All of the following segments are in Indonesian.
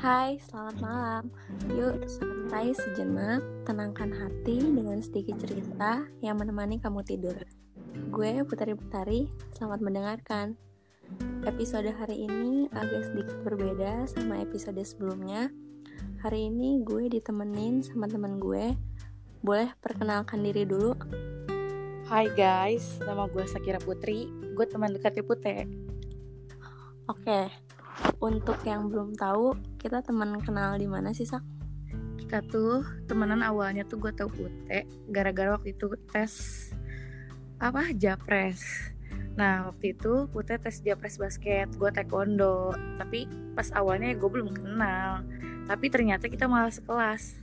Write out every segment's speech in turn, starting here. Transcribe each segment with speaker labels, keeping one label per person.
Speaker 1: Hai, selamat malam. Yuk, santai sejenak, tenangkan hati dengan sedikit cerita yang menemani kamu tidur. Gue Putari Putari, selamat mendengarkan. Episode hari ini agak sedikit berbeda sama episode sebelumnya. Hari ini gue ditemenin sama teman gue. Boleh perkenalkan diri dulu?
Speaker 2: Hai guys, nama gue Sakira Putri, gue teman dekatnya Pute.
Speaker 1: Oke. Untuk yang belum tahu, kita teman kenal di mana sih, Sak?
Speaker 2: Kita tuh temenan awalnya tuh gue tau Pute, gara-gara waktu itu tes apa japres. Nah waktu itu Pute tes japres basket, gue taekwondo. Tapi pas awalnya gue belum kenal, tapi ternyata kita malah sekelas.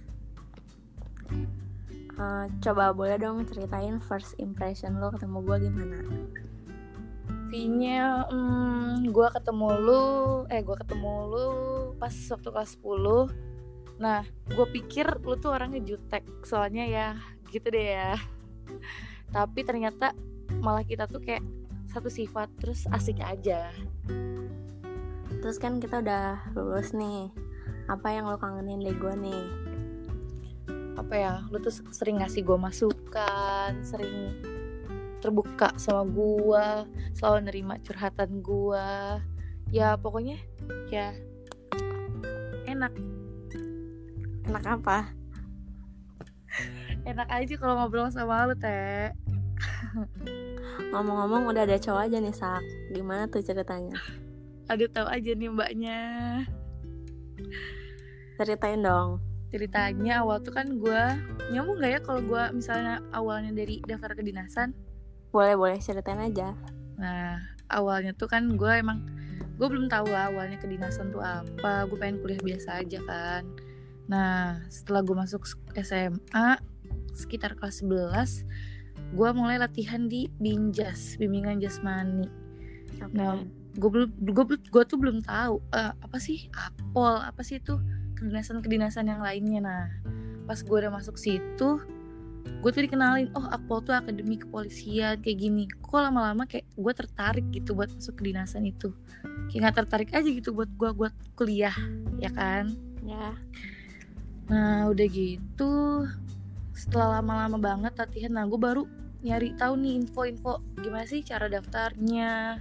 Speaker 1: Eh, coba boleh dong ceritain first impression lo ketemu gue gimana?
Speaker 2: Intinya hmm, gue ketemu lu, eh gue ketemu lu pas waktu kelas 10 Nah gue pikir lu tuh orangnya jutek, soalnya ya gitu deh ya Tapi ternyata malah kita tuh kayak satu sifat terus asik aja
Speaker 1: Terus kan kita udah lulus nih. Apa yang lo kangenin dari gue nih?
Speaker 2: Apa ya, lu tuh sering ngasih gue masukan, sering terbuka sama gua selalu nerima curhatan gua Ya pokoknya ya enak
Speaker 1: Enak apa?
Speaker 2: enak aja kalau ngobrol sama lu teh
Speaker 1: Ngomong-ngomong udah ada cowok aja nih, Sak. Gimana tuh ceritanya?
Speaker 2: aduh tahu aja nih mbaknya
Speaker 1: Ceritain dong.
Speaker 2: ceritanya awal tuh kan gua nyambung gak ya kalau gua misalnya awalnya dari daftar kedinasan
Speaker 1: Boleh-boleh ceritain aja.
Speaker 2: nah awalnya tuh kan gua emang gue belum tahu lah awalnya kedinasan tuh apa gue pengen kuliah biasa aja kan nah setelah gue masuk SMA sekitar kelas 11 gue mulai latihan di binjas bimbingan jasmani
Speaker 1: Oke.
Speaker 2: Nah. gue belum gue gue tuh belum tahu eh, apa sih apol apa sih itu kedinasan kedinasan yang lainnya nah pas gue udah masuk situ gue tuh dikenalin oh apol tuh akademi kepolisian kayak gini kok lama-lama kayak gue tertarik gitu buat masuk kedinasan itu kayak nggak tertarik aja gitu buat gue buat kuliah ya kan
Speaker 1: Ya,
Speaker 2: Nah udah gitu setelah lama-lama banget latihan, nah gue baru nyari tahu nih info-info gimana sih cara daftarnya,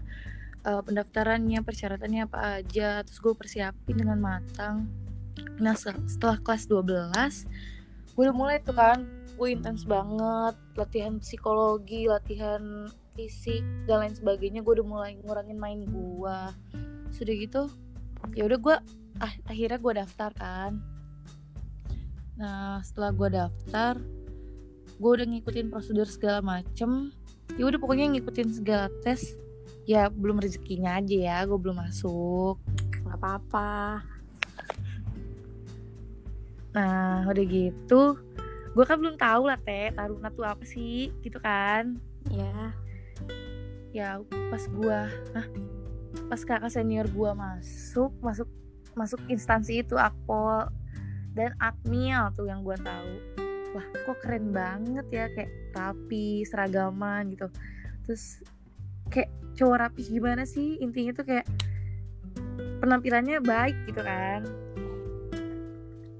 Speaker 2: eh, pendaftarannya, persyaratannya apa aja, terus gue persiapin dengan matang. Nah se- setelah kelas 12 gue udah mulai tuh kan, gue intens banget latihan psikologi, latihan fisik dan lain sebagainya, gue udah mulai ngurangin main gue. Sudah gitu, ya udah gue ah, akhirnya gue daftar kan. Nah setelah gue daftar Gue udah ngikutin prosedur segala macem Ya udah pokoknya ngikutin segala tes Ya belum rezekinya aja ya Gue belum masuk
Speaker 1: nggak apa-apa.
Speaker 2: Nah udah gitu Gue kan belum tahu lah teh Taruna tuh apa sih gitu kan
Speaker 1: Ya,
Speaker 2: Ya pas gue Hah? Pas kakak senior gue masuk Masuk masuk instansi itu Akpol dan Akmil tuh yang gue tahu wah kok keren banget ya kayak rapi seragaman gitu terus kayak cowok rapi gimana sih intinya tuh kayak penampilannya baik gitu kan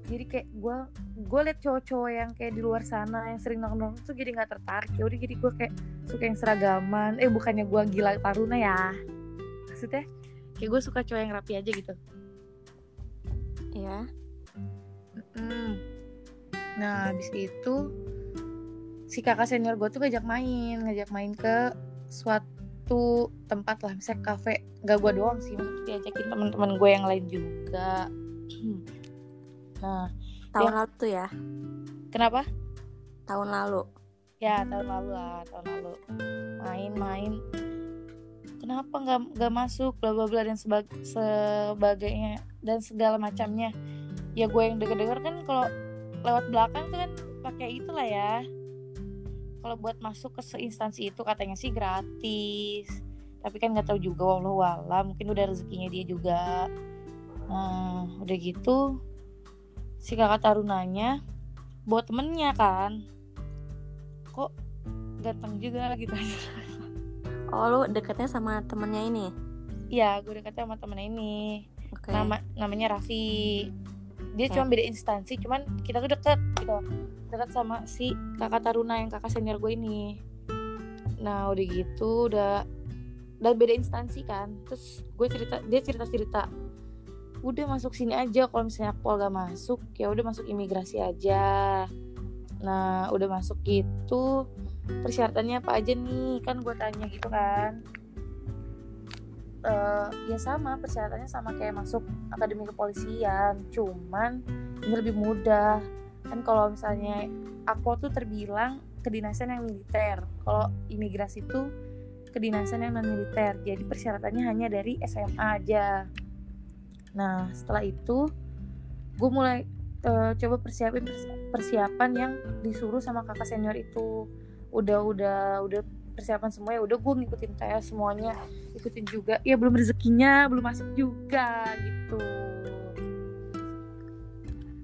Speaker 2: jadi kayak gue gue liat cowok-cowok yang kayak di luar sana yang sering nongkrong tuh jadi nggak tertarik ya udah jadi gue kayak suka yang seragaman eh bukannya gue gila taruna ya maksudnya kayak gue suka cowok yang rapi aja gitu
Speaker 1: ya.
Speaker 2: Mm. Nah, habis itu si kakak senior gue tuh ngajak main, ngajak main ke suatu tempat lah, misalnya kafe. Gak gue doang sih, maksudnya diajakin teman-teman gue yang lain juga. nah,
Speaker 1: Tahun
Speaker 2: Ya.
Speaker 1: lalu tuh ya.
Speaker 2: kenapa?
Speaker 1: Tahun lalu.
Speaker 2: Ya tahun lalu lah, tahun lalu main-main. Kenapa nggak nggak masuk, bla bla bla dan sebag- sebagainya dan segala macamnya. Ya gue yang denger-denger kan kalau lewat belakang tuh kan pakai itulah ya. Kalau buat masuk ke instansi itu katanya sih gratis. Tapi kan nggak tahu juga walau wala mungkin udah rezekinya dia juga. Nah, udah gitu si kakak tarunanya buat temennya kan kok ganteng juga gitu
Speaker 1: Oh, lu deketnya sama temennya ini.
Speaker 2: ya gue deketnya Iya, sama temen ini
Speaker 1: Oke. Oke.
Speaker 2: nama namanya Raffi dia
Speaker 1: Oke.
Speaker 2: cuma beda instansi cuman kita tuh deket gitu deket sama si kakak Taruna yang kakak senior gue ini nah udah gitu udah udah beda instansi kan terus gue cerita dia cerita cerita udah masuk sini aja kalau misalnya akpol gak masuk ya udah masuk imigrasi aja nah udah masuk gitu persyaratannya apa aja nih kan gue tanya gitu kan eh ya sama persyaratannya sama kayak masuk akademi kepolisian cuman ini lebih mudah kan kalau misalnya aku tuh terbilang kedinasan yang militer kalau imigrasi itu kedinasan yang non militer jadi persyaratannya hanya dari SMA aja nah setelah itu gue mulai eh, coba persiapin persi- persiapan yang disuruh sama kakak senior itu udah udah udah persiapan semuanya udah gue ngikutin tes semuanya ikutin juga ya belum rezekinya belum masuk juga gitu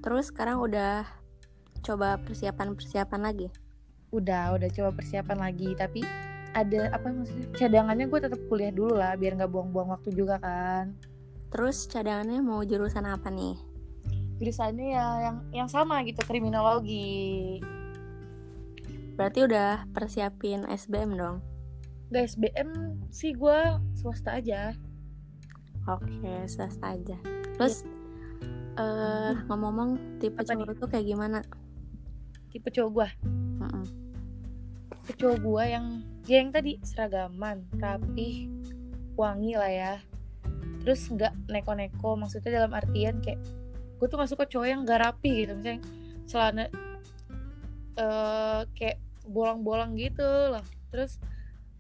Speaker 1: Terus sekarang udah coba persiapan-persiapan lagi.
Speaker 2: udah udah coba persiapan lagi tapi ada apa maksudnya cadangannya gue tetap kuliah dulu lah biar nggak buang-buang waktu juga kan
Speaker 1: Terus cadangannya mau jurusan apa nih?
Speaker 2: jurusannya ya yang yang sama gitu kriminologi
Speaker 1: Berarti udah persiapin SBM dong.
Speaker 2: guys BM sih gue swasta aja
Speaker 1: Oke, swasta aja. Terus eh ngomong-ngomong tipe
Speaker 2: Apa
Speaker 1: cowok tuh kayak gimana?
Speaker 2: tipe cowok gue
Speaker 1: Mm-mm.
Speaker 2: tipe cowok gue yang ya yang tadi seragaman rapih wangi lah ya terus nggak neko-neko maksudnya dalam artian kayak gue tuh masuk ke cowok yang gak rapi gitu misalnya celana eh kayak bolong-bolong gitu loh terus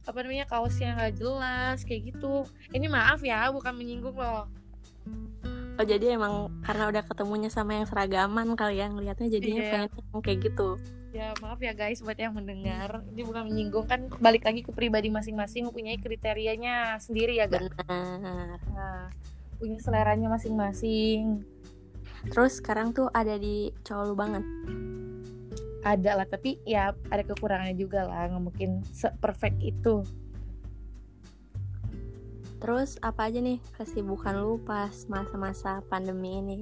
Speaker 2: apa namanya kaosnya nggak jelas kayak gitu ini maaf ya bukan menyinggung loh
Speaker 1: Oh jadi emang karena udah ketemunya sama yang seragaman kali ya ngelihatnya jadinya
Speaker 2: Iya.
Speaker 1: pengen yang kayak gitu.
Speaker 2: ya maaf ya guys buat yang mendengar ini bukan menyinggung kan balik lagi ke pribadi masing-masing mempunyai kriterianya sendiri ya guys
Speaker 1: Benar.
Speaker 2: nah, punya seleranya masing-masing
Speaker 1: Terus sekarang tuh ada di cowok lu banget.
Speaker 2: ada lah tapi ya ada kekurangannya juga lah nggak mungkin perfect itu
Speaker 1: Terus apa aja nih kesibukan lu pas masa-masa pandemi ini?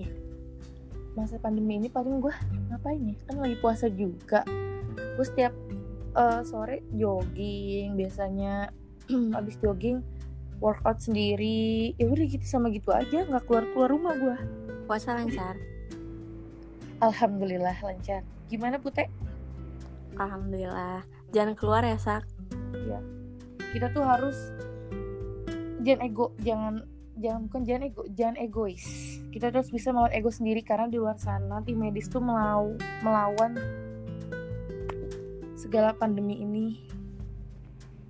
Speaker 2: masa pandemi ini paling gue ngapain ya kan lagi puasa juga gue setiap eh, sore jogging biasanya abis jogging workout sendiri ya udah gitu sama gitu aja nggak keluar keluar rumah gue
Speaker 1: Puasa lancar?
Speaker 2: alhamdulillah lancar gimana putih
Speaker 1: Alhamdulillah. Jangan keluar ya, Sak.
Speaker 2: kita tuh harus jangan ego jangan jangan bukan jangan ego jangan egois kita terus bisa melawan ego sendiri karena di luar sana tim medis tuh melau- melawan segala pandemi ini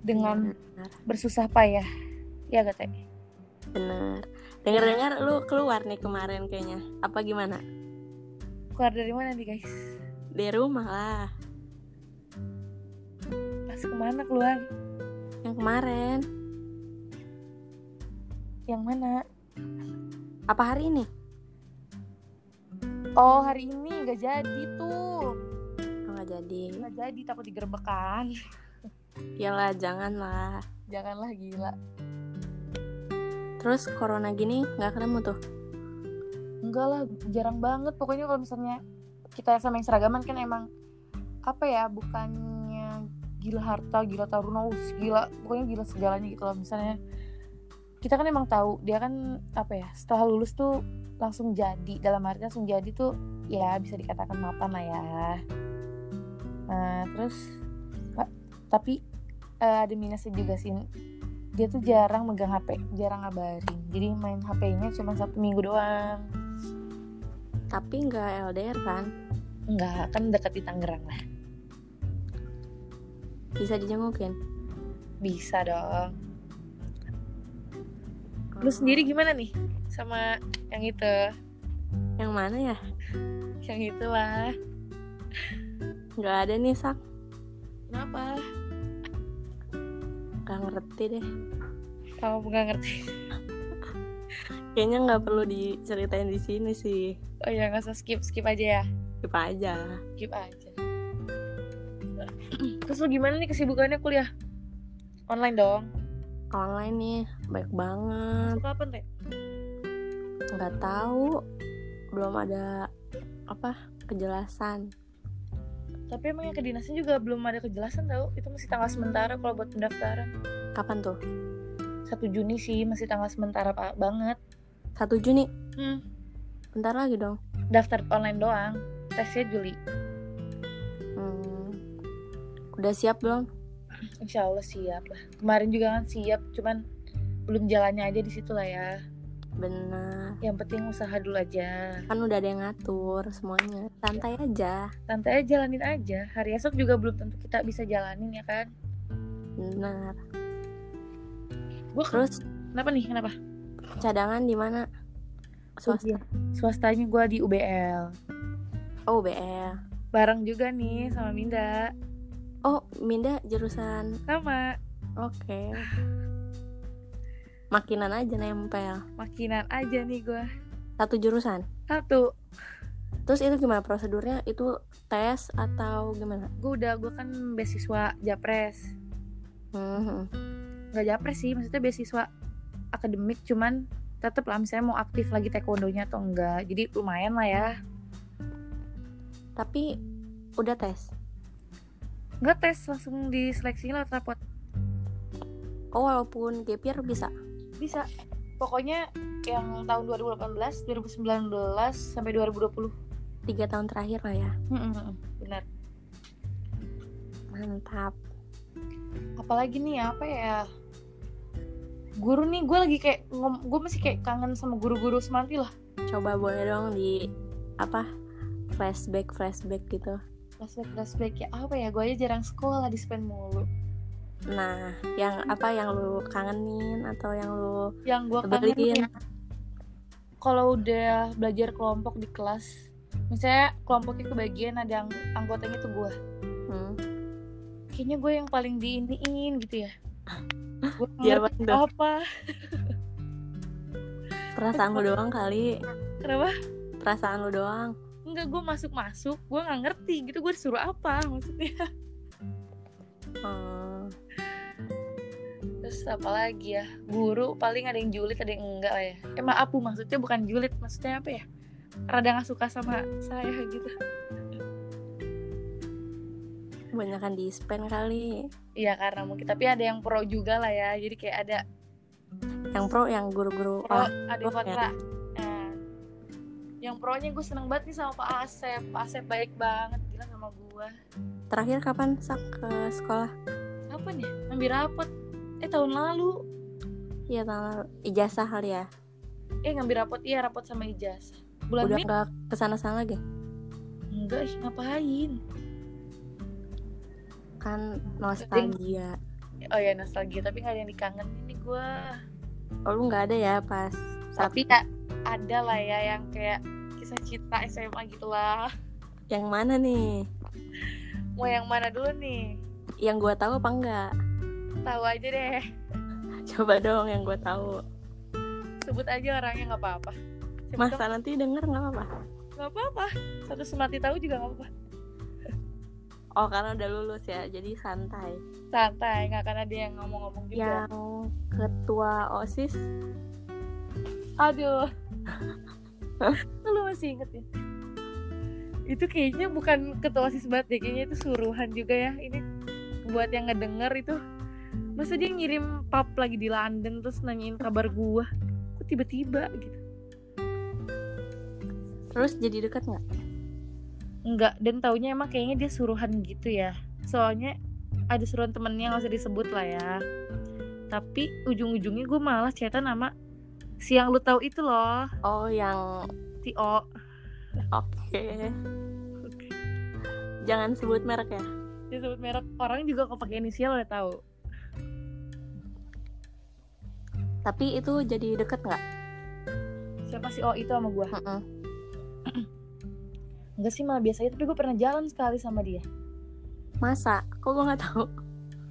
Speaker 2: dengan
Speaker 1: Benar.
Speaker 2: bersusah payah ya gak Teh?
Speaker 1: Benar. Dengar-dengar lu keluar nih kemarin kayaknya. Apa gimana?
Speaker 2: keluar dari mana nih guys
Speaker 1: Di rumah lah.
Speaker 2: pas kemana keluar
Speaker 1: Yang kemarin.
Speaker 2: yang mana
Speaker 1: Apa hari ini?
Speaker 2: oh hari ini gak jadi tuh
Speaker 1: Oh, nggak jadi.
Speaker 2: gak jadi takut digerbekan
Speaker 1: Yalah, janganlah.
Speaker 2: janganlah gila
Speaker 1: Terus corona gini nggak ketemu tuh.
Speaker 2: enggak lah jarang banget pokoknya kalau misalnya kita sama yang seragaman kan emang apa ya bukannya gila harta gila taruna us gila pokoknya gila segalanya gitu loh misalnya kita kan emang tahu dia kan apa ya setelah lulus tuh langsung jadi dalam arti langsung jadi tuh ya bisa dikatakan mapan lah ya nah terus Pak, tapi eh, ada minusnya juga sih dia tuh jarang megang HP jarang ngabarin jadi main HP-nya cuma satu minggu doang
Speaker 1: Tapi nggak LDR kan?
Speaker 2: Enggak, kan dekat di Tangerang lah.
Speaker 1: Bisa dijengukin.
Speaker 2: Bisa dong. Lu sendiri gimana nih? Sama yang itu.
Speaker 1: Yang mana ya?
Speaker 2: Yang itulah.
Speaker 1: Nggak ada nih, Sak.
Speaker 2: Kenapa?
Speaker 1: Nggak ngerti deh.
Speaker 2: Kamu nggak ngerti.
Speaker 1: Kayaknya nggak perlu diceritain di sini sih.
Speaker 2: Oh ya, nggak usah skip, skip aja ya.
Speaker 1: Skip aja.
Speaker 2: Skip aja. Terus lu gimana nih kesibukannya kuliah? Online dong.
Speaker 1: online nih baik banget
Speaker 2: Masuk kapan, Teh?
Speaker 1: nggak tahu belum ada apa kejelasan
Speaker 2: Tapi emangnya kedinasan juga belum ada kejelasan tau Itu masih tanggal sementara kalau buat pendaftaran
Speaker 1: kapan tuh
Speaker 2: 1 Juni sih masih tanggal sementara pa- banget
Speaker 1: satu Juni
Speaker 2: hmm.
Speaker 1: bentar lagi dong
Speaker 2: Daftar online doang Tesnya Juli
Speaker 1: Hmm, udah siap belum
Speaker 2: Insya Allah siap lah Kemarin juga kan siap Cuman belum jalannya aja di situ lah ya
Speaker 1: benar
Speaker 2: Yang penting usaha dulu aja
Speaker 1: kan udah ada yang ngatur semuanya santai aja
Speaker 2: Santai aja jalanin aja Hari esok juga belum tentu kita bisa jalanin ya kan
Speaker 1: benar
Speaker 2: Gue
Speaker 1: terus
Speaker 2: kenapa nih kenapa? Iya.
Speaker 1: cadangan di mana swasta
Speaker 2: Swastanya gue di UBL
Speaker 1: oh BL
Speaker 2: Bareng juga nih sama Minda
Speaker 1: oh Minda jurusan
Speaker 2: Sama
Speaker 1: oke makinan aja nempel
Speaker 2: Makinan aja nih gue
Speaker 1: satu jurusan
Speaker 2: Satu
Speaker 1: terus itu gimana prosedurnya itu tes atau gimana
Speaker 2: gue udah gue kan beasiswa japres
Speaker 1: Mhm.
Speaker 2: nggak japres sih maksudnya beasiswa akademik cuman tetep lah misalnya mau aktif lagi taekwondonya atau enggak jadi lumayan lah ya
Speaker 1: tapi udah tes
Speaker 2: nggak tes langsung diseleksi lewat rapot
Speaker 1: oh walaupun gapir bisa
Speaker 2: bisa pokoknya yang tahun 2018 2019 sampai 2020
Speaker 1: tiga tahun terakhir lah ya
Speaker 2: Mm-mm, benar
Speaker 1: mantap
Speaker 2: apalagi nih apa ya guru nih gue lagi kayak gue masih kayak kangen sama guru-guru semanti lah
Speaker 1: coba boleh dong di apa flashback flashback gitu
Speaker 2: flashback flashback ya apa ya gue aja jarang sekolah di spend mulu
Speaker 1: nah yang apa yang lu kangenin atau yang lu
Speaker 2: yang gue kangen
Speaker 1: Tebalin.
Speaker 2: ya, kalau udah belajar kelompok di kelas misalnya kelompoknya kebagian ada ang- anggotanya tuh gue
Speaker 1: hmm,
Speaker 2: kayaknya gue yang paling diiniin gitu ya gue
Speaker 1: Iya,
Speaker 2: ngerti
Speaker 1: bener.
Speaker 2: apa
Speaker 1: perasaan lu doang kali
Speaker 2: kenapa
Speaker 1: perasaan lu doang
Speaker 2: enggak gue masuk masuk gue nggak ngerti gitu gue disuruh apa maksudnya
Speaker 1: Hmm,
Speaker 2: terus apa lagi ya guru paling ada yang julid ada yang enggak lah ya eh maaf Bu, maksudnya bukan julid maksudnya apa ya rada nggak suka sama saya gitu
Speaker 1: kebanyakan di spend kali
Speaker 2: iya karena mungkin tapi ada yang pro juga lah ya jadi kayak ada
Speaker 1: yang pro yang guru-guru Oh,
Speaker 2: Ah, pro ya.
Speaker 1: olah
Speaker 2: ada
Speaker 1: pro
Speaker 2: kontra Nah, yang pro nya gue seneng banget nih sama Pak Asep Pak Asep baik banget gila sama gue
Speaker 1: terakhir kapan sak ke sekolah
Speaker 2: apa nih ambil rapot eh tahun lalu
Speaker 1: iya tahun lalu. ijazah kali ya
Speaker 2: eh ngambil rapot iya rapot sama ijazah bulan
Speaker 1: udah
Speaker 2: Mei
Speaker 1: nggak kesana-sana lagi
Speaker 2: enggak ih ngapain
Speaker 1: kan nostalgia
Speaker 2: oh ya nostalgia tapi nggak ada yang dikangenin nih gue
Speaker 1: oh, lu nggak ada ya pas saat
Speaker 2: tapi ya, ada lah ya yang kayak kisah cinta SMA gitu lah
Speaker 1: yang mana nih
Speaker 2: mau yang mana dulu nih
Speaker 1: yang gua tahu apa enggak
Speaker 2: tahu aja deh
Speaker 1: coba dong yang gua tahu
Speaker 2: sebut aja orangnya nggak apa-apa Sebut
Speaker 1: masa nanti denger nggak apa-apa
Speaker 2: dong, nggak apa-apa satu semati tahu juga nggak apa-apa
Speaker 1: oh karena udah lulus ya jadi santai Gitu.
Speaker 2: santai nggak akan ada yang ngomong-ngomong juga
Speaker 1: yang ketua osis
Speaker 2: aduh Tuh lu masih inget ya itu kayaknya bukan ketua osis banget deh kayaknya itu suruhan juga ya ini buat yang ngedenger itu masa dia ngirim pap lagi di London terus nanyain kabar gua kok tiba-tiba gitu
Speaker 1: terus jadi deket nggak
Speaker 2: enggak dan taunya emang kayaknya dia suruhan gitu ya soalnya ada suruhan temennya nggak usah disebut lah ya tapi ujung-ujungnya gue malah cetan sama siang lu tahu itu loh
Speaker 1: oh yang
Speaker 2: Tio
Speaker 1: oke jangan sebut merek ya
Speaker 2: disebut merek orang juga kok pakai inisial udah tahu
Speaker 1: tapi itu jadi deket nggak
Speaker 2: siapa sih oh itu sama gue
Speaker 1: Mm-mm.
Speaker 2: enggak sih malah biasanya tapi gue pernah jalan sekali sama dia
Speaker 1: masa kok gua nggak tahu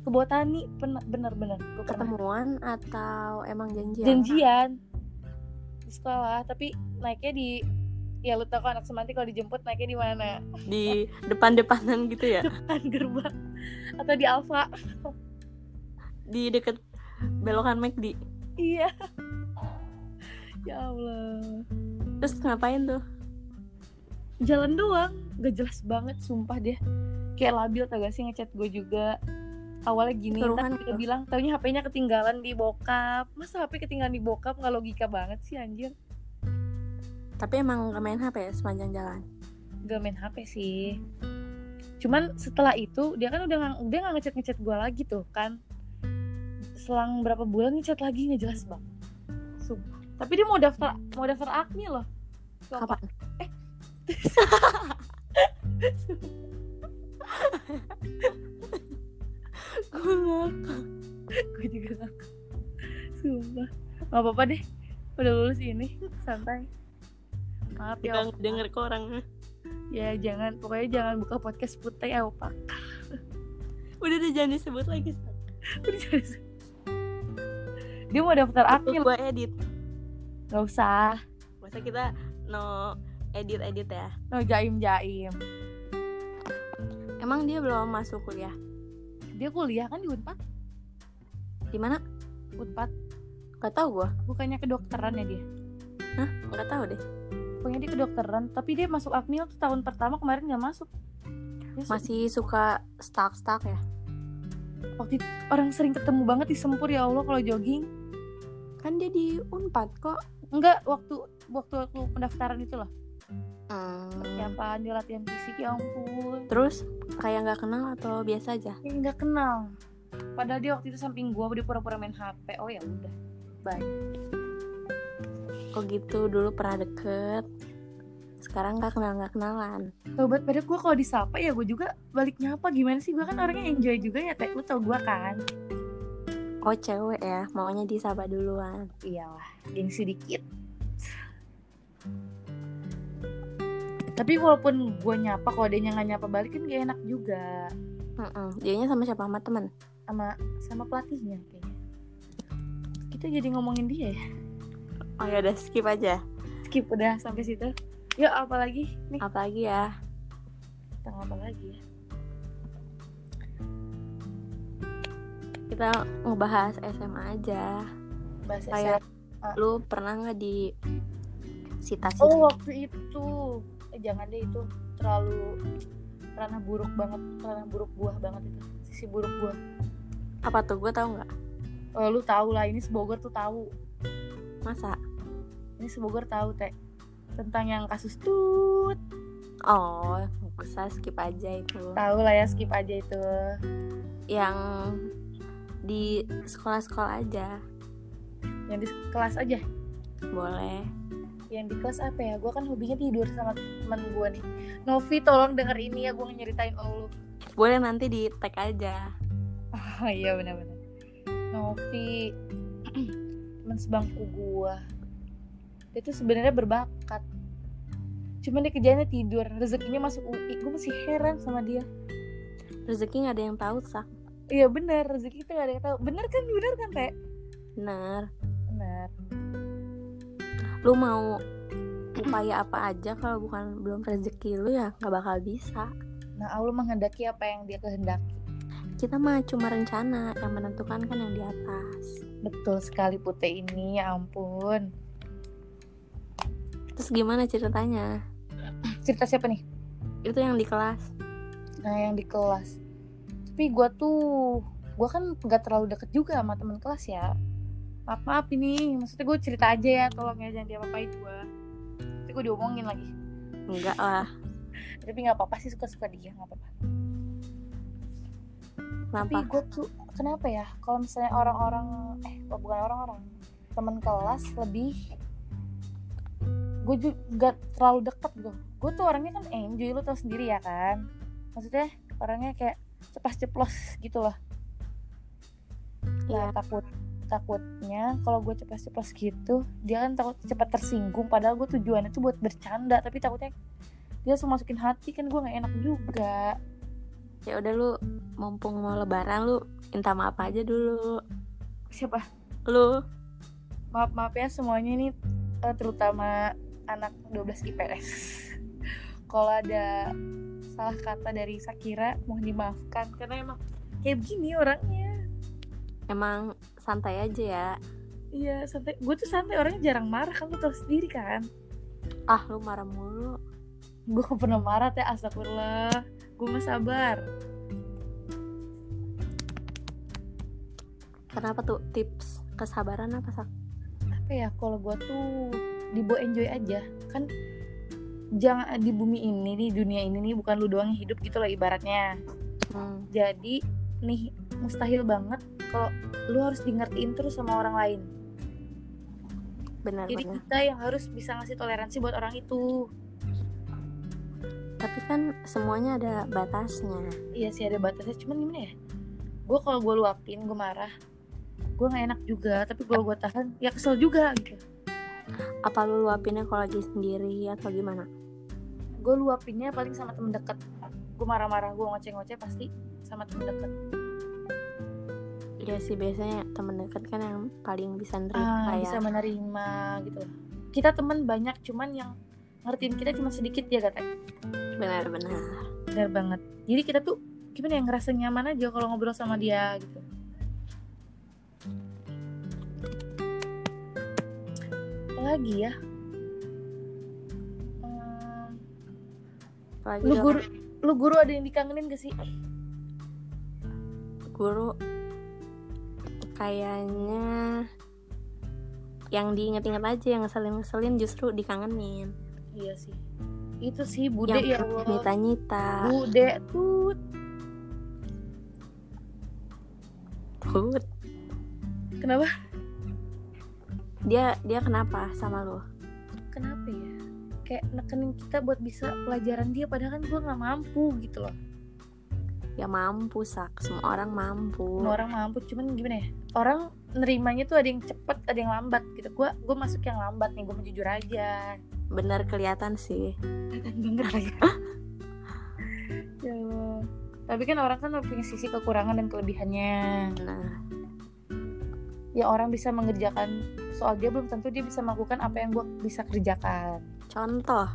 Speaker 2: ke botani pernah bener-bener gue pernah
Speaker 1: ketemuan atau emang janjian
Speaker 2: janjian di sekolah tapi naiknya di ya lu tau kan anak semanti kalau dijemput naiknya di mana
Speaker 1: di depan-depanan gitu ya
Speaker 2: depan gerbang atau di Alfa
Speaker 1: di deket belokan McD
Speaker 2: iya ya Allah
Speaker 1: Terus ngapain tuh?
Speaker 2: jalan doang gak jelas banget sumpah deh kayak labil tau gak sih ngechat gue juga awalnya gini
Speaker 1: Keluhan
Speaker 2: tapi dia
Speaker 1: gitu.
Speaker 2: bilang taunya HP-nya ketinggalan di bokap masa HP ketinggalan di bokap nggak logika banget sih anjir
Speaker 1: Tapi emang gak main HP ya sepanjang jalan?
Speaker 2: gak main HP sih cuman setelah itu dia kan udah nggak dia nggak ngechat ngechat gue lagi tuh kan selang berapa bulan ngechat lagi nggak jelas banget Sumpah. tapi dia mau daftar mau daftar akmi loh Sumpah.
Speaker 1: Kapan? Gue ngakak.
Speaker 2: gue juga ngakak sumpah nggak apa-apa deh udah lulus ini santai maaf ya
Speaker 1: Bilang
Speaker 2: Opa.
Speaker 1: denger kok orang.
Speaker 2: ya jangan pokoknya jangan buka podcast putih ya opak
Speaker 1: Udah deh jangan disebut lagi. Sat.
Speaker 2: dia mau daftar
Speaker 1: Tuh
Speaker 2: akil
Speaker 1: gue edit.
Speaker 2: nggak usah
Speaker 1: Masa kita no edit-edit ya?
Speaker 2: no jaim jaim
Speaker 1: Emang dia belum masuk kuliah?
Speaker 2: dia kuliah kan di unpad
Speaker 1: Di mana?
Speaker 2: unpad
Speaker 1: Gak tau gue.
Speaker 2: bukannya kedokteran ya dia
Speaker 1: Gak tau deh.
Speaker 2: pokoknya dia kedokteran tapi dia masuk akmil tuh tahun pertama kemarin nggak masuk Dia su-
Speaker 1: Masih suka stuck-stuck ya?
Speaker 2: waktu itu orang sering ketemu banget di sempur ya allah kalau jogging
Speaker 1: Kan dia di Unpad kok.
Speaker 2: enggak waktu waktu waktu pendaftaran itu loh
Speaker 1: Hmm.
Speaker 2: siapa dia latihan fisik ya ampun
Speaker 1: Terus kayak nggak kenal atau biasa aja?
Speaker 2: Ya, nggak kenal padahal dia waktu itu samping gua dia pura-pura main hp oh ya udah bye
Speaker 1: Kok gitu dulu pernah deket. Sekarang nggak kenal nggak kenalan.
Speaker 2: Tobat pada gua kalau disapa ya gua juga balik nyapa gimana sih gua kan orangnya enjoy juga ya teh lu tau gua kan
Speaker 1: Oh cewek ya, maunya disapa duluan.
Speaker 2: iyalah gengsi dikit tapi walaupun gua nyapa kalau dia nggak nyapa balik kan gak enak juga
Speaker 1: Mm-mm. Dianya sama siapa sama temen?
Speaker 2: sama sama pelatihnya kayaknya kita jadi ngomongin dia ya
Speaker 1: Oh ya udah skip aja.
Speaker 2: skip udah sampai situ yuk apalagi nih
Speaker 1: Apalagi ya?
Speaker 2: tentang apa lagi ya
Speaker 1: Kita ngebahas SMA aja. Ah.
Speaker 2: bahasa
Speaker 1: Kayak
Speaker 2: saya
Speaker 1: lu pernah nggak di sita sita?
Speaker 2: oh waktu itu eh, jangan deh itu terlalu ranah buruk banget ranah buruk buah banget itu sisi buruk buah
Speaker 1: Apa tuh? Gue tau nggak?
Speaker 2: oh, lu tahu lah ini sebogor tuh tahu
Speaker 1: Masa?
Speaker 2: ini sebogor tahu teh tentang yang kasus tut
Speaker 1: Oh, bisa skip aja itu.
Speaker 2: tahu lah ya skip aja itu
Speaker 1: Yang di sekolah-sekolah aja
Speaker 2: yang di kelas aja
Speaker 1: boleh.
Speaker 2: yang di kelas apa ya gue kan hobinya tidur sama teman gue nih Novi tolong denger ini ya gue nyeritain all lu
Speaker 1: Boleh nanti di tag aja.
Speaker 2: oh iya benar-benar Novi teman sebangku gue dia tuh sebenarnya berbakat cuman dia kerjanya tidur rezekinya masuk UI gue masih heran sama dia
Speaker 1: Rezeki nggak ada yang tahu sak.
Speaker 2: iya benar rezeki itu gak ada yang tahu bener kan bener kan teh
Speaker 1: Bener.
Speaker 2: bener
Speaker 1: lu mau upaya apa aja kalau bukan belum rezeki lu ya nggak bakal bisa
Speaker 2: nah Allah menghendaki apa yang dia kehendaki
Speaker 1: kita mah cuma rencana yang menentukan kan yang di atas
Speaker 2: betul sekali putih ini ya ampun
Speaker 1: terus gimana ceritanya
Speaker 2: cerita siapa nih
Speaker 1: itu yang di kelas
Speaker 2: Nah yang di kelas Tapi gue tuh Gue kan gak terlalu deket juga sama temen kelas ya Maaf maaf ini Maksudnya gue cerita aja ya Tolong ya jangan diapa-apain gue Nanti gue diomongin lagi
Speaker 1: enggak lah
Speaker 2: Tapi gak apa-apa sih suka-suka dia gak apa-apa Tapi
Speaker 1: kenapa
Speaker 2: gue tuh Kenapa ya Kalau misalnya orang-orang Eh oh, bukan orang-orang Temen kelas lebih Gue juga gak terlalu deket gue Gue tuh orangnya kan enjoy Lo tau sendiri ya kan Maksudnya orangnya kayak ceplas-ceplos gitu loh Nah,
Speaker 1: ya
Speaker 2: takut takutnya kalau gue ceplos-ceplos gitu dia kan takut cepat tersinggung padahal gue tujuannya tuh buat bercanda tapi takutnya dia langsung masukin hati kan gue nggak enak juga
Speaker 1: ya udah lu mumpung mau lebaran lu minta maaf aja dulu
Speaker 2: siapa
Speaker 1: lu
Speaker 2: maaf maaf ya semuanya ini eh, terutama anak 12 IPS kalau ada salah kata dari Sakira mohon dimaafkan karena emang kayak begini orangnya
Speaker 1: emang santai aja ya
Speaker 2: Iya santai. Gue tuh santai orangnya jarang marah kan lu tau sendiri kan.
Speaker 1: ah lu marah mulu
Speaker 2: Gue gak pernah marah teh astagfirullah. Gue mah sabar.
Speaker 1: kenapa tuh tips kesabaran apa sak
Speaker 2: apa ya kalau gue tuh dibawa enjoy aja kan jangan di bumi ini di dunia ini nih bukan lu doang yang hidup gitu loh ibaratnya
Speaker 1: hmm.
Speaker 2: jadi nih mustahil banget kalau lu harus di ngertiin terus sama orang lain
Speaker 1: benar
Speaker 2: jadi
Speaker 1: benar
Speaker 2: kita yang harus bisa ngasih toleransi buat orang itu
Speaker 1: tapi kan semuanya ada batasnya
Speaker 2: iya sih ada batasnya cuman gimana ya gue kalau gue luapin gue marah gue nggak enak juga tapi kalau gue tahan ya kesel juga gitu
Speaker 1: apa lu luapinnya kalau lagi sendiri atau gimana
Speaker 2: gue luapinnya paling sama temen deket gue marah-marah gue ngoceh-ngoceh pasti sama temen deket
Speaker 1: Iya sih biasanya temen dekat kan yang paling bisa nerima ya
Speaker 2: Ah, bisa menerima gitu kita temen banyak cuman yang ngertiin kita cuma sedikit ya katanya
Speaker 1: benar-benar
Speaker 2: benar banget jadi kita tuh gimana yang ngerasa nyaman aja kalau ngobrol sama dia gitu apalagi ya Hmm,
Speaker 1: apalagi
Speaker 2: lu
Speaker 1: kalau
Speaker 2: guru lu guru ada yang dikangenin gak sih
Speaker 1: guru kayaknya yang diinget-inget aja yang ngeselin-ngeselin justru dikangenin
Speaker 2: iya sih itu sih bude ya
Speaker 1: yang
Speaker 2: Allah
Speaker 1: nyita-nyita
Speaker 2: bude tuh
Speaker 1: Tut.
Speaker 2: kenapa
Speaker 1: dia dia kenapa sama lu
Speaker 2: kenapa ya kayak nekenin kita buat bisa pelajaran dia padahal kan gue nggak mampu gitu loh
Speaker 1: ya mampu sak semua orang mampu
Speaker 2: Semua orang mampu cuman gimana ya orang nerimanya tuh ada yang cepet ada yang lambat gitu gue gue masuk yang lambat nih gue mau jujur aja
Speaker 1: bener kelihatan sih
Speaker 2: kelihatan banget lah ya Ya Allah. tapi kan orang kan punya sisi kekurangan dan kelebihannya
Speaker 1: nah
Speaker 2: ya orang bisa mengerjakan soal dia belum tentu dia bisa melakukan apa yang gue bisa kerjakan
Speaker 1: contoh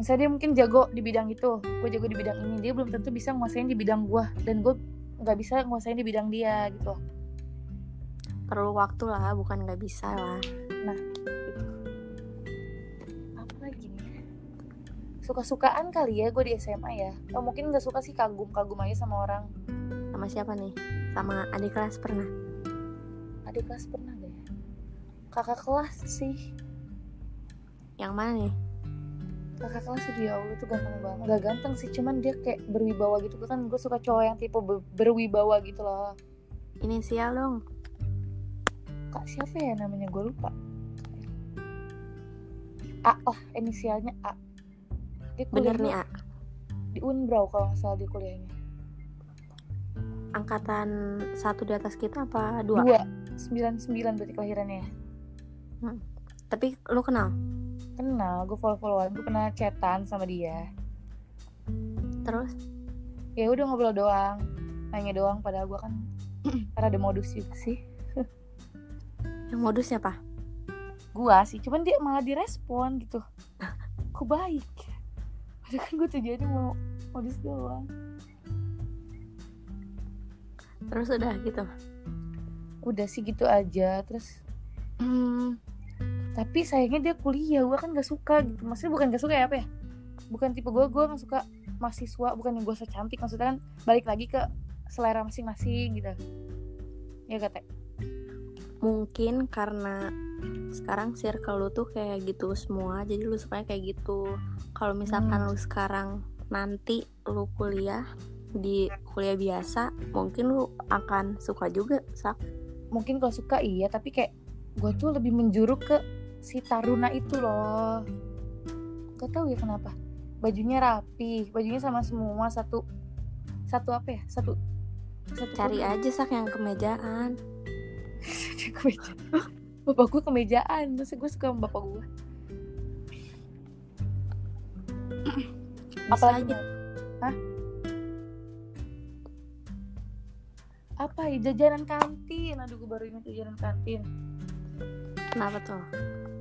Speaker 2: misalnya dia mungkin jago di bidang itu gue jago di bidang ini dia belum tentu bisa nguasain di bidang gue dan gue nggak bisa nguasain di bidang dia gitu loh
Speaker 1: perlu waktu lah bukan nggak bisa lah
Speaker 2: apa lagi nih suka-sukaan kali ya gue di SMA ya oh, mungkin nggak suka sih kagum kagum aja sama orang
Speaker 1: sama siapa nih sama adik kelas pernah
Speaker 2: adik kelas pernah gak ya kakak kelas sih
Speaker 1: yang mana nih
Speaker 2: kakak kelas itu ya Allah tuh ganteng banget nggak ganteng sih cuman dia kayak berwibawa gitu kan gue suka cowok yang tipe ber- berwibawa gitu loh
Speaker 1: inisial dong
Speaker 2: kak siapa ya namanya gue lupa A lah inisialnya A dia
Speaker 1: bener
Speaker 2: kuliahnya
Speaker 1: nih A
Speaker 2: di Unbrau kalau nggak salah di kuliahnya
Speaker 1: angkatan satu di atas kita apa dua,
Speaker 2: dua sembilan sembilan berarti kelahirannya ya
Speaker 1: tapi lu kenal
Speaker 2: kenal gue follow followan gue pernah chatan sama dia
Speaker 1: terus
Speaker 2: ya udah ngobrol doang nanya doang padahal gue kan karena ada modus juga sih
Speaker 1: yang modus siapa
Speaker 2: gua sih cuman dia malah direspon gitu kok baik padahal kan gue tujuannya mau modus doang
Speaker 1: terus udah gitu
Speaker 2: udah sih gitu aja terus hmm, tapi sayangnya dia kuliah gua kan gak suka gitu maksudnya bukan gak suka ya apa ya bukan tipe gua gua gak suka mahasiswa bukan yang gue cantik maksudnya kan balik lagi ke selera masing-masing gitu ya kata
Speaker 1: mungkin karena sekarang circle lu tuh kayak gitu semua jadi lu sukanya kayak gitu kalau misalkan
Speaker 2: Hmm.
Speaker 1: lu sekarang nanti lu kuliah di kuliah biasa mungkin lu akan suka juga sak
Speaker 2: mungkin kalau suka iya tapi kayak gue tuh lebih menjuru ke si Taruna itu loh gak tahu ya kenapa bajunya rapi bajunya sama semua satu satu apa ya satu satu
Speaker 1: cari aja sak yang kemejaan
Speaker 2: Dia kemeja. bapak gue kemejaan masa gue suka sama bapak gue
Speaker 1: Bisa
Speaker 2: apalagi
Speaker 1: aja.
Speaker 2: Hah? apa ya jajanan kantin aduh gue baru ingat jajanan kantin
Speaker 1: kenapa tuh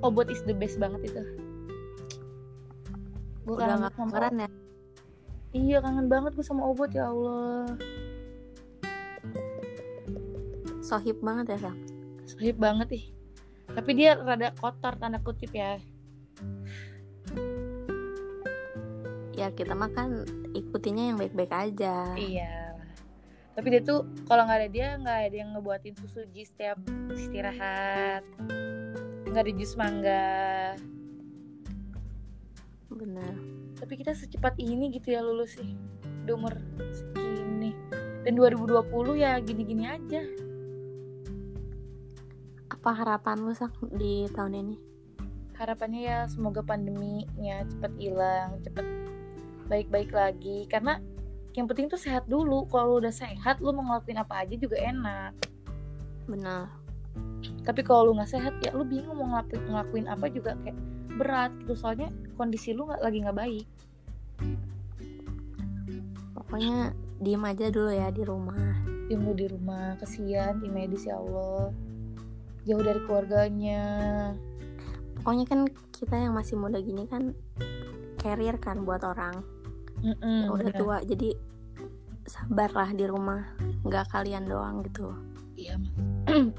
Speaker 2: obat is the best banget itu gue
Speaker 1: udah nggak
Speaker 2: kangen banget sama
Speaker 1: keren ya
Speaker 2: iya kangen banget gue sama obat ya allah
Speaker 1: sohib banget ya sak
Speaker 2: Sohib banget ih. Tapi dia rada kotor tanda kutip ya.
Speaker 1: ya kita mah kan ikutinya yang baik-baik aja
Speaker 2: Iya. Tapi dia tuh kalau nggak ada dia nggak ada yang ngebuatin susu jus setiap istirahat. Nggak ada jus mangga.
Speaker 1: bener
Speaker 2: Tapi kita secepat ini gitu ya lulus sih. Di umur segini. Dan 2020 ya gini-gini aja.
Speaker 1: apa harapanmu sak di tahun ini
Speaker 2: harapannya ya semoga pandeminya cepet hilang cepet baik-baik lagi karena yang penting tuh sehat dulu kalau lu udah sehat lu mau ngelakuin apa aja juga enak
Speaker 1: bener
Speaker 2: tapi kalau lu nggak sehat ya lu bingung mau ngelakuin, ngelakuin apa juga kayak berat gitu soalnya kondisi lu nggak lagi nggak baik
Speaker 1: pokoknya diem aja dulu ya di rumah
Speaker 2: tim lu di rumah kesian tim medis ya allah jauh dari keluarganya
Speaker 1: pokoknya kan kita yang masih muda gini kan carrier kan buat orang yang Ya
Speaker 2: Mm-mm,
Speaker 1: udah
Speaker 2: bener.
Speaker 1: tua jadi sabarlah di rumah nggak kalian doang gitu
Speaker 2: iya Mas.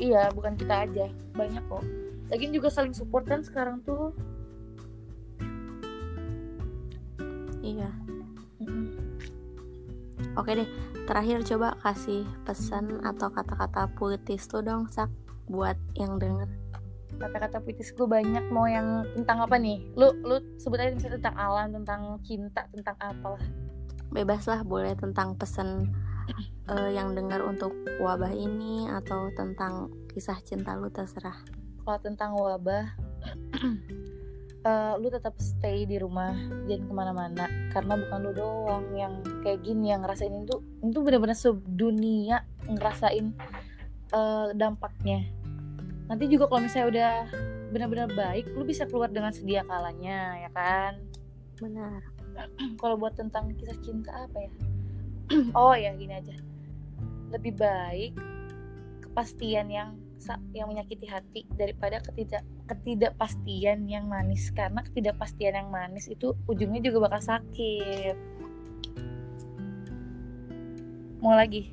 Speaker 2: iya bukan kita aja banyak kok lagian juga saling support kan sekarang tuh
Speaker 1: iya
Speaker 2: Mm-mm.
Speaker 1: oke deh terakhir coba kasih pesan atau kata-kata puitis tuh dong sak buat yang denger
Speaker 2: kata-kata puitis gue banyak mau yang tentang apa nih lu lu sebut aja misalnya tentang alam tentang cinta tentang apalah
Speaker 1: bebaslah boleh tentang pesan eh, yang dengar untuk wabah ini atau tentang kisah cinta lu terserah
Speaker 2: kalau tentang wabah eh, lu tetap stay di rumah jangan kemana-mana karena bukan lu doang yang kayak gini yang ngerasain itu itu benar-benar sedunia ngerasain eh, dampaknya nanti juga kalau misalnya udah benar-benar baik lu bisa keluar dengan sedia kalanya ya kan
Speaker 1: benar
Speaker 2: kalau buat tentang kisah cinta apa ya oh ya gini aja lebih baik kepastian yang sa- yang menyakiti hati daripada ketidak ketidakpastian yang manis karena ketidakpastian yang manis itu ujungnya juga bakal sakit mau lagi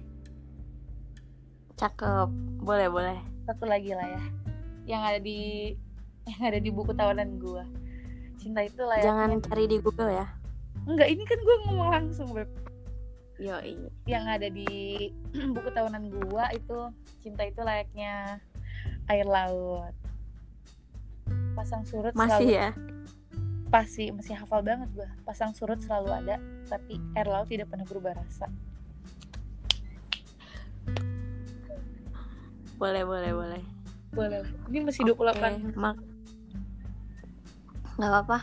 Speaker 1: cakep boleh boleh
Speaker 2: satu lagi lah ya yang ada di yang ada di buku tawanan gua cinta itu
Speaker 1: jangan
Speaker 2: layaknya
Speaker 1: cari di Google ya
Speaker 2: enggak ini kan gua ngomong langsung Beb.
Speaker 1: yoi
Speaker 2: yang ada di buku tahunan gua itu cinta itu layaknya air laut pasang surut
Speaker 1: masih
Speaker 2: selalu
Speaker 1: ya
Speaker 2: pasti masih hafal banget gua pasang surut selalu ada tapi air laut tidak pernah berubah rasa
Speaker 1: boleh boleh boleh
Speaker 2: boleh lah. ini masih 28
Speaker 1: Oke, mak nggak apa-apa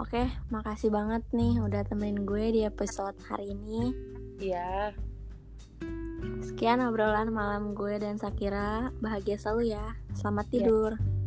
Speaker 1: oke makasih banget nih udah temenin gue di episode hari ini
Speaker 2: iya
Speaker 1: sekian obrolan malam gue dan Sakira bahagia selalu ya selamat tidur